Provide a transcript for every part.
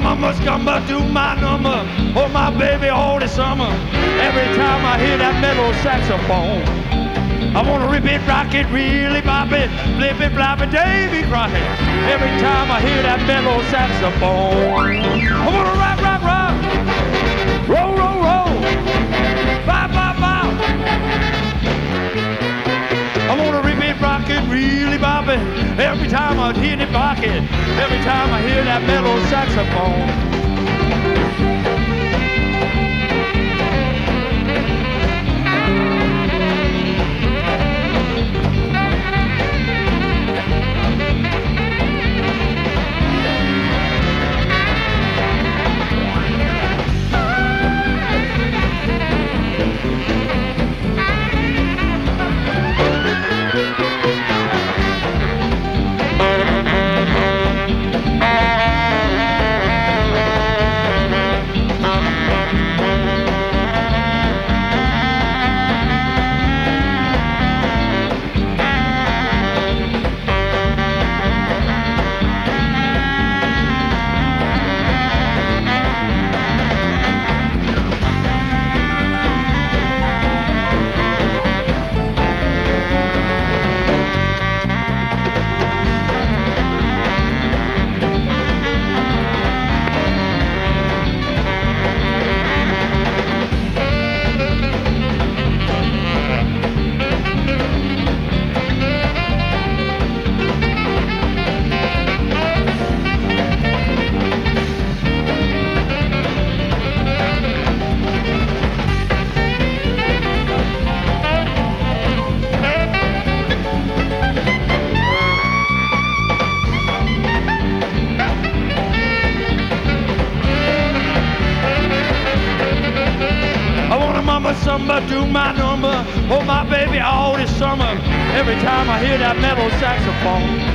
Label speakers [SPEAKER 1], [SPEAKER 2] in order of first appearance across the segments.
[SPEAKER 1] number, do my number. Oh, my baby, all the summer. Every time I hear that metal saxophone, I wanna rip it, rock it, really bop it, flip it, flop it, Davy crying. Every time I hear that metal saxophone, I wanna rock, rock, rock, roll, roll, roll, bop, bop, bop. I wanna rip it, rock it, really bop it. Every time I hear it, rock it. Every time I hear that metal saxophone. I want a mama samba, do my number. Hold my baby all this summer. Every time I hear that metal saxophone.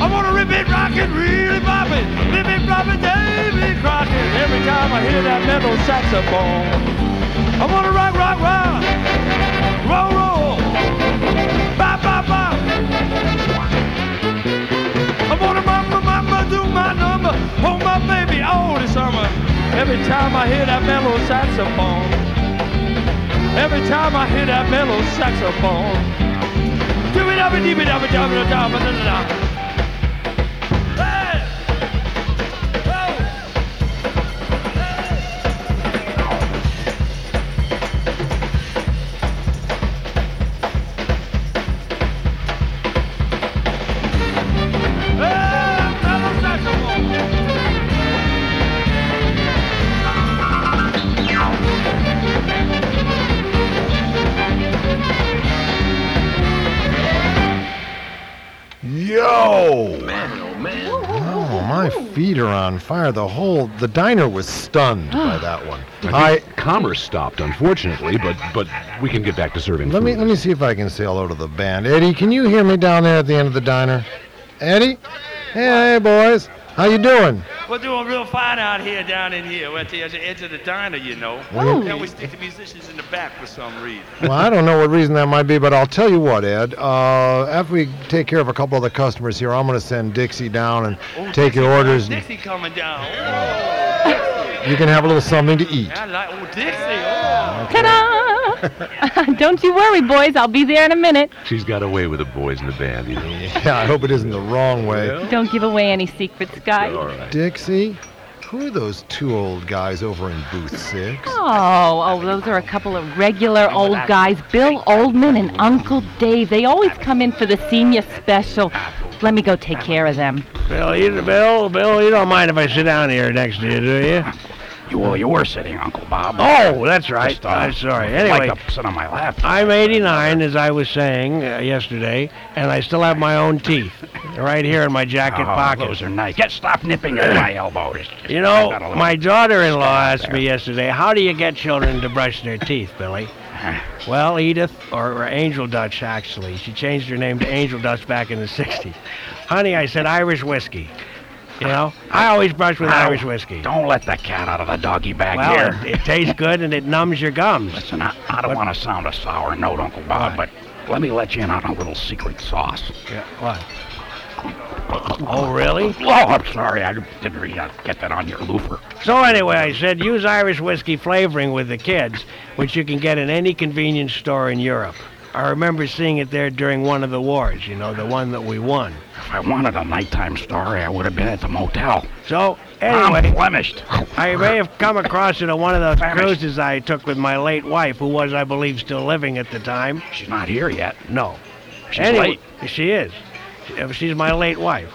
[SPEAKER 1] I want to rip it, rock it, really bop it. Rip it, flop it, Davy Crockett. Every time I hear that metal saxophone. I want to rock, rock, rock. Roll, roll. Bop, bop, bop. I wanna mama, mama, do my number. Hold my baby all this summer. Every time I hear that mellow saxophone. Every time I hear that mellow saxophone. Do it up and deep it up and down and down and down. Hey! Hey! Hey, mellow saxophone!
[SPEAKER 2] Yo! Oh, my feet are on fire. The whole the diner was stunned by that one.
[SPEAKER 3] I
[SPEAKER 2] I
[SPEAKER 3] think commerce stopped, unfortunately, but but we can get back to serving.
[SPEAKER 2] let me
[SPEAKER 3] food.
[SPEAKER 2] let me see if I can say hello to the band. Eddie, can you hear me down there at the end of the diner? Eddie? Hey, hey boys. How you doing?
[SPEAKER 1] We're doing real fine out here, down in here. We're at the edge- edge of the diner, you know.
[SPEAKER 2] Well,
[SPEAKER 1] They always stick the musicians in the back for some reason.
[SPEAKER 2] Well, I don't know what reason that might be, but I'll tell you what, Ed. Uh, after we take care of a couple of the customers here, I'm going to send Dixie down and
[SPEAKER 1] Oh,
[SPEAKER 2] take your orders. And
[SPEAKER 1] Dixie coming down.
[SPEAKER 2] you can have a little something to eat.
[SPEAKER 1] I like oh Dixie. Oh.
[SPEAKER 4] Ta-da! Don't you worry, boys. I'll be there in a minute.
[SPEAKER 3] She's got away with the boys in the band, you know.
[SPEAKER 2] Yeah, I hope it isn't the wrong way.
[SPEAKER 4] Don't give away any secrets, guys.
[SPEAKER 3] All right.
[SPEAKER 2] Dixie, who are those two old guys over in booth six?
[SPEAKER 4] Oh, oh, those are a couple of regular old guys. Bill Oldman and Uncle Dave. They always come in for the senior special. Let me go take care of them.
[SPEAKER 5] Bill, you, Bill, Bill, you don't mind if I sit down here next to you, do you?
[SPEAKER 6] You, well, you were sitting, Uncle Bob.
[SPEAKER 5] Oh, that's right.
[SPEAKER 6] Just, uh,
[SPEAKER 5] I'm sorry.
[SPEAKER 6] like
[SPEAKER 5] Anyway,
[SPEAKER 6] to sit on my lap.
[SPEAKER 5] I'm 89, as I was saying uh, yesterday, and I still have my own teeth right here in my jacket
[SPEAKER 6] Oh,
[SPEAKER 5] pocket.
[SPEAKER 6] those are nice. Get stop nipping at my elbow. It's just-
[SPEAKER 5] You
[SPEAKER 6] I've got a
[SPEAKER 5] know,
[SPEAKER 6] little-
[SPEAKER 5] my daughter-in-law
[SPEAKER 6] Stand
[SPEAKER 5] asked me
[SPEAKER 6] there.
[SPEAKER 5] yesterday, how do you get children to brush their teeth, Billy? Well, Edith, or, or Angel Dutch, actually. She changed her name to Angel Dutch back in the 60s. Honey, I said Irish whiskey. You know, I always brush with
[SPEAKER 6] Ow.
[SPEAKER 5] Irish whiskey.
[SPEAKER 6] Don't let the cat out of the doggy bag
[SPEAKER 5] Well,
[SPEAKER 6] here.
[SPEAKER 5] it, it tastes good and it numbs your gums.
[SPEAKER 6] Listen, I, I don't want to sound a sour note, Uncle Bob, but let me let you in on a little secret sauce.
[SPEAKER 5] Yeah, what? Oh, really?
[SPEAKER 6] Oh, I'm sorry. I didn't really, uh, get that on your looper.
[SPEAKER 5] So anyway, I said use Irish whiskey flavoring with the kids, which you can get in any convenience store in Europe. I remember seeing it there during one of the wars, you know, the one that we won.
[SPEAKER 6] If I wanted a nighttime story, I would have been at the motel.
[SPEAKER 5] So
[SPEAKER 6] I'm
[SPEAKER 5] anyway,
[SPEAKER 6] blemished.
[SPEAKER 5] I may have come across it on one of those
[SPEAKER 6] Famished.
[SPEAKER 5] cruises I took with my late wife, who was, I believe, still living at the time.
[SPEAKER 6] She's not here yet.
[SPEAKER 5] No.
[SPEAKER 6] She's late.
[SPEAKER 5] She is. She- She's my late wife.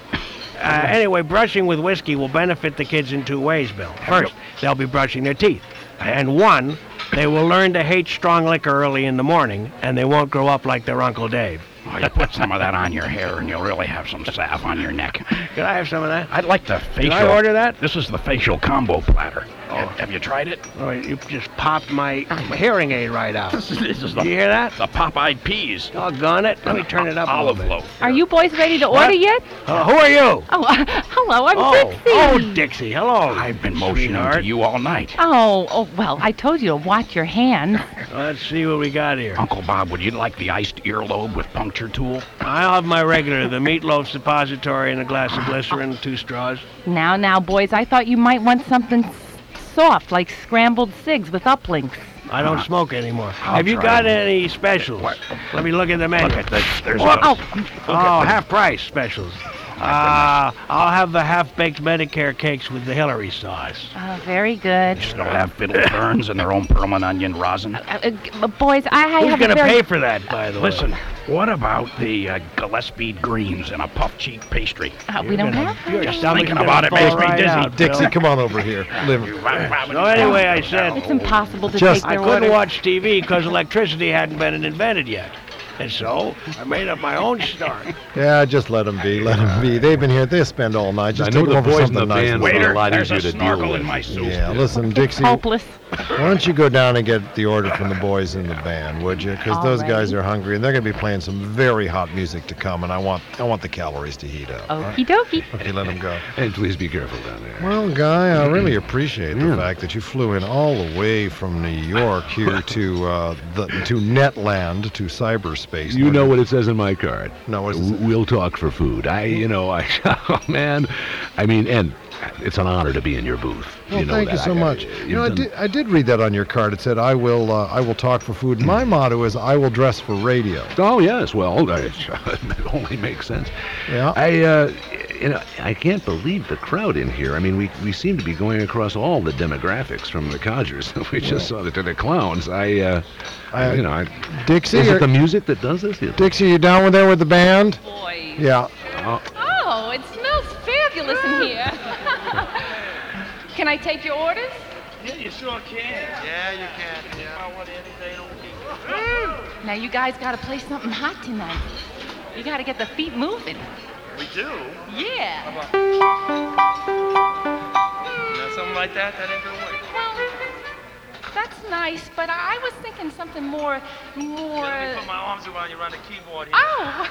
[SPEAKER 5] Uh, anyway, brushing with whiskey will benefit the kids in two ways, Bill. First, they'll be brushing their teeth. And one, they will learn to hate strong liquor early in the morning, and they won't grow up like their Uncle Dave.
[SPEAKER 6] Oh, you put some of that on your hair, and you'll really have some salve on your neck.
[SPEAKER 5] Could I have some of that?
[SPEAKER 6] I'd like the facial.
[SPEAKER 5] I order that?
[SPEAKER 6] This is the facial combo platter. Have, have you tried it?
[SPEAKER 5] Oh, you just popped my my hearing aid right out.
[SPEAKER 6] This is, this is the,
[SPEAKER 5] Did you hear that?
[SPEAKER 6] the Popeye peas.
[SPEAKER 5] Doggone it. Let me turn it up a little
[SPEAKER 6] Olive
[SPEAKER 5] bit.
[SPEAKER 6] loaf.
[SPEAKER 4] Are you boys ready to order yet?
[SPEAKER 5] Uh, who are you?
[SPEAKER 4] Oh, hello, I'm
[SPEAKER 5] Oh,
[SPEAKER 4] Dixie.
[SPEAKER 5] oh, Dixie. Hello.
[SPEAKER 6] I've been motioning
[SPEAKER 5] sweetheart.
[SPEAKER 6] to you all night.
[SPEAKER 4] Oh, oh, well, I told you to watch your hands.
[SPEAKER 5] Let's see what we got here.
[SPEAKER 6] Uncle Bob, would you like the iced earlobe with puncture tool?
[SPEAKER 5] I'll have my regular, the meatloaf suppository and a glass of glycerin, two straws.
[SPEAKER 4] Now, now, boys, I thought you might want something s- soft like scrambled cigs with uplinks.
[SPEAKER 5] I don't smoke anymore.
[SPEAKER 6] I'll
[SPEAKER 5] have you
[SPEAKER 6] try
[SPEAKER 5] got
[SPEAKER 6] it.
[SPEAKER 5] any specials?
[SPEAKER 6] What?
[SPEAKER 5] Let me look at the menu.
[SPEAKER 6] Look at this. There's
[SPEAKER 5] Whoa.
[SPEAKER 6] those.
[SPEAKER 5] oh, half price specials. Uh, I'll have the half baked Medicare cakes with the Hillary sauce.
[SPEAKER 4] Oh, very good.
[SPEAKER 6] They'll have fiddle ferns and their own pearl and onion rosin.
[SPEAKER 4] Uh, uh, g- uh, boys, I, I
[SPEAKER 5] Who's
[SPEAKER 4] have
[SPEAKER 5] going
[SPEAKER 4] a
[SPEAKER 5] to
[SPEAKER 4] very...
[SPEAKER 5] pay for that, by the way?
[SPEAKER 6] Listen, what about the uh, Gillespie greens and a puff cheese pastry?
[SPEAKER 4] Uh, we don't
[SPEAKER 5] Gonna-
[SPEAKER 4] have that.
[SPEAKER 5] your stomach's
[SPEAKER 6] thinking
[SPEAKER 5] gonna
[SPEAKER 6] about it
[SPEAKER 5] fall
[SPEAKER 6] makes me
[SPEAKER 5] right
[SPEAKER 6] dizzy.
[SPEAKER 5] out, Bill.
[SPEAKER 2] Dixie, come on over here. Live.
[SPEAKER 5] So anyway, I
[SPEAKER 4] It's
[SPEAKER 5] said
[SPEAKER 4] impossible to
[SPEAKER 2] Just-
[SPEAKER 4] take
[SPEAKER 5] I
[SPEAKER 4] their
[SPEAKER 5] couldn't
[SPEAKER 4] order.
[SPEAKER 5] watch TV because electricity hadn't been invented yet. And so I made up my own story.
[SPEAKER 2] Yeah, just let them be. Let them be. They've been here. They spend all night. Just
[SPEAKER 3] I know
[SPEAKER 2] take
[SPEAKER 3] the
[SPEAKER 2] them over
[SPEAKER 3] boys in
[SPEAKER 2] something
[SPEAKER 3] the
[SPEAKER 2] nice.
[SPEAKER 3] band
[SPEAKER 2] Wait.
[SPEAKER 6] Waiter,
[SPEAKER 3] a lot
[SPEAKER 6] there's
[SPEAKER 3] easier
[SPEAKER 6] a
[SPEAKER 3] to deal
[SPEAKER 6] snorkel
[SPEAKER 3] with.
[SPEAKER 6] in my soup.
[SPEAKER 2] Yeah, listen, Dixie. Why
[SPEAKER 4] Hopeless.
[SPEAKER 2] don't you go down and get the order from the boys in the band, would you? Because those
[SPEAKER 4] Alrighty.
[SPEAKER 2] guys are hungry and they're going to be playing some very hot music to come, and I want I want the calories to heat up.
[SPEAKER 4] Okie dokie.
[SPEAKER 2] Okay, let them go.
[SPEAKER 3] And please be careful down there.
[SPEAKER 2] Well, Guy, I really appreciate the fact that you flew in all the way from New York here to uh, the, to Netland to cyberspace.
[SPEAKER 3] You know what it says in my card.
[SPEAKER 2] No, what does it
[SPEAKER 3] W- We'll talk for food. I, you know, I, oh, man, I mean, and it's an honor to be in your booth.
[SPEAKER 2] Well,
[SPEAKER 3] you know
[SPEAKER 2] thank you
[SPEAKER 3] that.
[SPEAKER 2] so
[SPEAKER 3] I-
[SPEAKER 2] much.
[SPEAKER 3] I-
[SPEAKER 2] you know, I
[SPEAKER 3] you've
[SPEAKER 2] did, I did read that on your card. It said, "I will, uh, I will talk for food." My
[SPEAKER 3] Mm.
[SPEAKER 2] motto is, "I will dress for radio."
[SPEAKER 3] Oh yes, well, uh, it only makes sense.
[SPEAKER 2] Yeah.
[SPEAKER 3] I, uh, you know, I can't believe the crowd in here. I mean, we, we seem to be going across all the demographics from the Codgers. we just saw the, to the clowns. I, uh,
[SPEAKER 2] I-
[SPEAKER 3] you know, I,
[SPEAKER 2] Dixie,
[SPEAKER 3] is
[SPEAKER 2] are,
[SPEAKER 3] it the music that does this? You think?
[SPEAKER 2] Dixie, you down with there with the band?
[SPEAKER 7] Boy.
[SPEAKER 2] Yeah.
[SPEAKER 7] Oh, it smells fabulous in here. Can I take your orders?
[SPEAKER 4] Now, you guys got to play something hot tonight. You got to get the feet moving.
[SPEAKER 8] We do?
[SPEAKER 7] Yeah.
[SPEAKER 8] Now, something like that, that ain't gonna work.
[SPEAKER 7] Well, that's nice, but I was thinking something more,
[SPEAKER 8] Let me
[SPEAKER 7] more.
[SPEAKER 8] put my arms around you around the keyboard here.
[SPEAKER 7] Oh,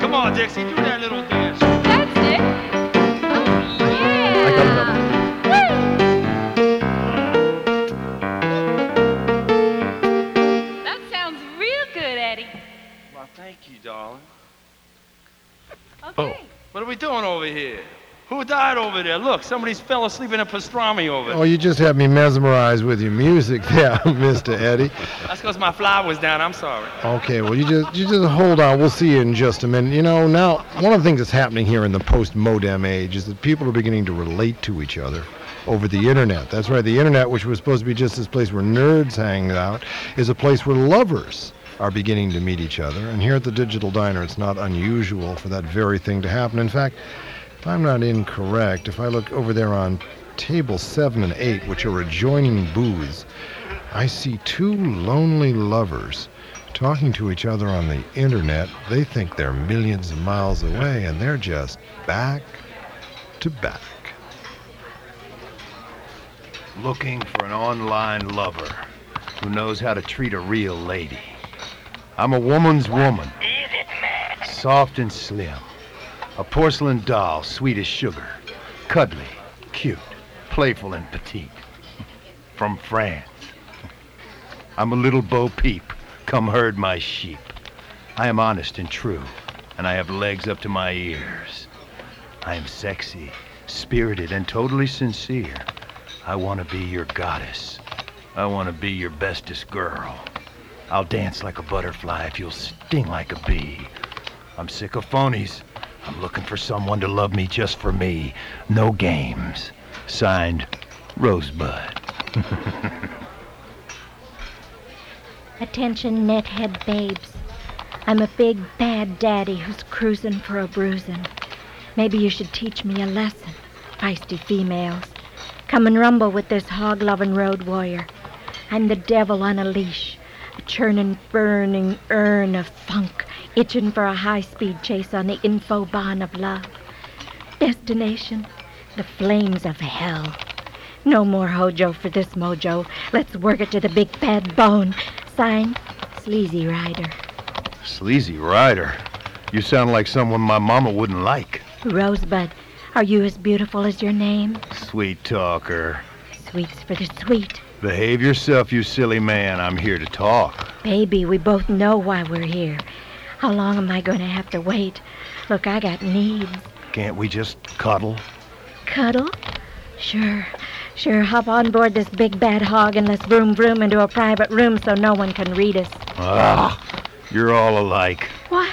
[SPEAKER 8] Come on, Dixie, do that little dance.
[SPEAKER 7] that's it. Oh, yeah. Woo. That sounds real good, Eddie.
[SPEAKER 8] Well, thank you, darling.
[SPEAKER 7] Okay.
[SPEAKER 8] What are we doing over here? Who died over there? Look, somebody's fell asleep in a pastrami over there.
[SPEAKER 2] Oh, you just had me mesmerized with your music, there, Mister Eddie.
[SPEAKER 5] Oh.
[SPEAKER 8] That's because my fly was down. I'm sorry.
[SPEAKER 2] Okay, well, you just you just hold on. We'll see you in just a minute. You know, now one of the things that's happening here in the post-modem age is that people are beginning to relate to each other over the internet. That's right, the internet, which was supposed to be just this place where nerds hang out, is a place where lovers are beginning to meet each other. And here at the Digital Diner, it's not unusual for that very thing to happen. In fact, if I'm not incorrect, if I look over there on table seven and eight, which are adjoining booths, I see two lonely lovers talking to each other on the internet. They think they're millions of miles away, and they're just back to back.
[SPEAKER 9] Looking for an online lover who knows how to treat a real lady. I'm a woman's woman. Soft and slim. A porcelain doll, sweet as sugar. Cuddly, cute, playful and petite. From France. I'm a little Bo Peep. Come herd my sheep. I am honest and true. and I have legs up to my ears. I am sexy, spirited, and totally sincere. I want to be your goddess. I want to be your bestest girl. I'll dance like a butterfly if you'll sting like a bee. I'm sick of phonies. I'm looking for someone to love me just for me. No games. Signed, Rosebud.
[SPEAKER 10] Attention, nethead babes. I'm a big bad daddy who's cruising for a bruising. Maybe you should teach me a lesson, feisty females. Come and rumble with this hog loving road warrior. I'm the devil on a leash, a churning, burning urn of funk, itching for a high speed chase on the infobahn of love. Destination, the flames of hell. No more hojo for this mojo. Let's work it to the big bad bone. Signed, Sleazy Rider.
[SPEAKER 9] Sleazy rider. You sound like someone my mama wouldn't like.
[SPEAKER 10] Rosebud, are you as beautiful as your name?
[SPEAKER 9] Sweet talker.
[SPEAKER 10] Sweets for the sweet.
[SPEAKER 9] Behave yourself, you silly man. I'm here to talk.
[SPEAKER 10] Baby, we both know why we're here. How long am I going to have to wait? Look, I got needs.
[SPEAKER 9] Can't we just cuddle?
[SPEAKER 10] Cuddle? Sure. Sure, hop on board this big bad hog and let's vroom vroom into a private room so no one can read us.
[SPEAKER 9] Ah, you're all alike.
[SPEAKER 10] What?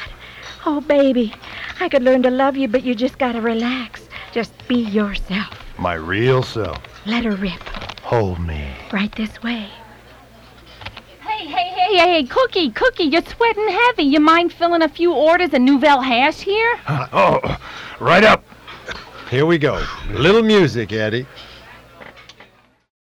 [SPEAKER 10] Oh, baby, I could learn to love you, but you just gotta relax. Just be yourself.
[SPEAKER 9] My real self.
[SPEAKER 10] Let her rip.
[SPEAKER 9] Hold me.
[SPEAKER 10] Right this way.
[SPEAKER 4] Hey, hey, hey, hey, hey, Cookie, Cookie, you're sweating heavy. You mind filling a few orders of Nouvelle hash here?
[SPEAKER 9] Oh, right up.
[SPEAKER 2] Here we go. Little music, Eddie.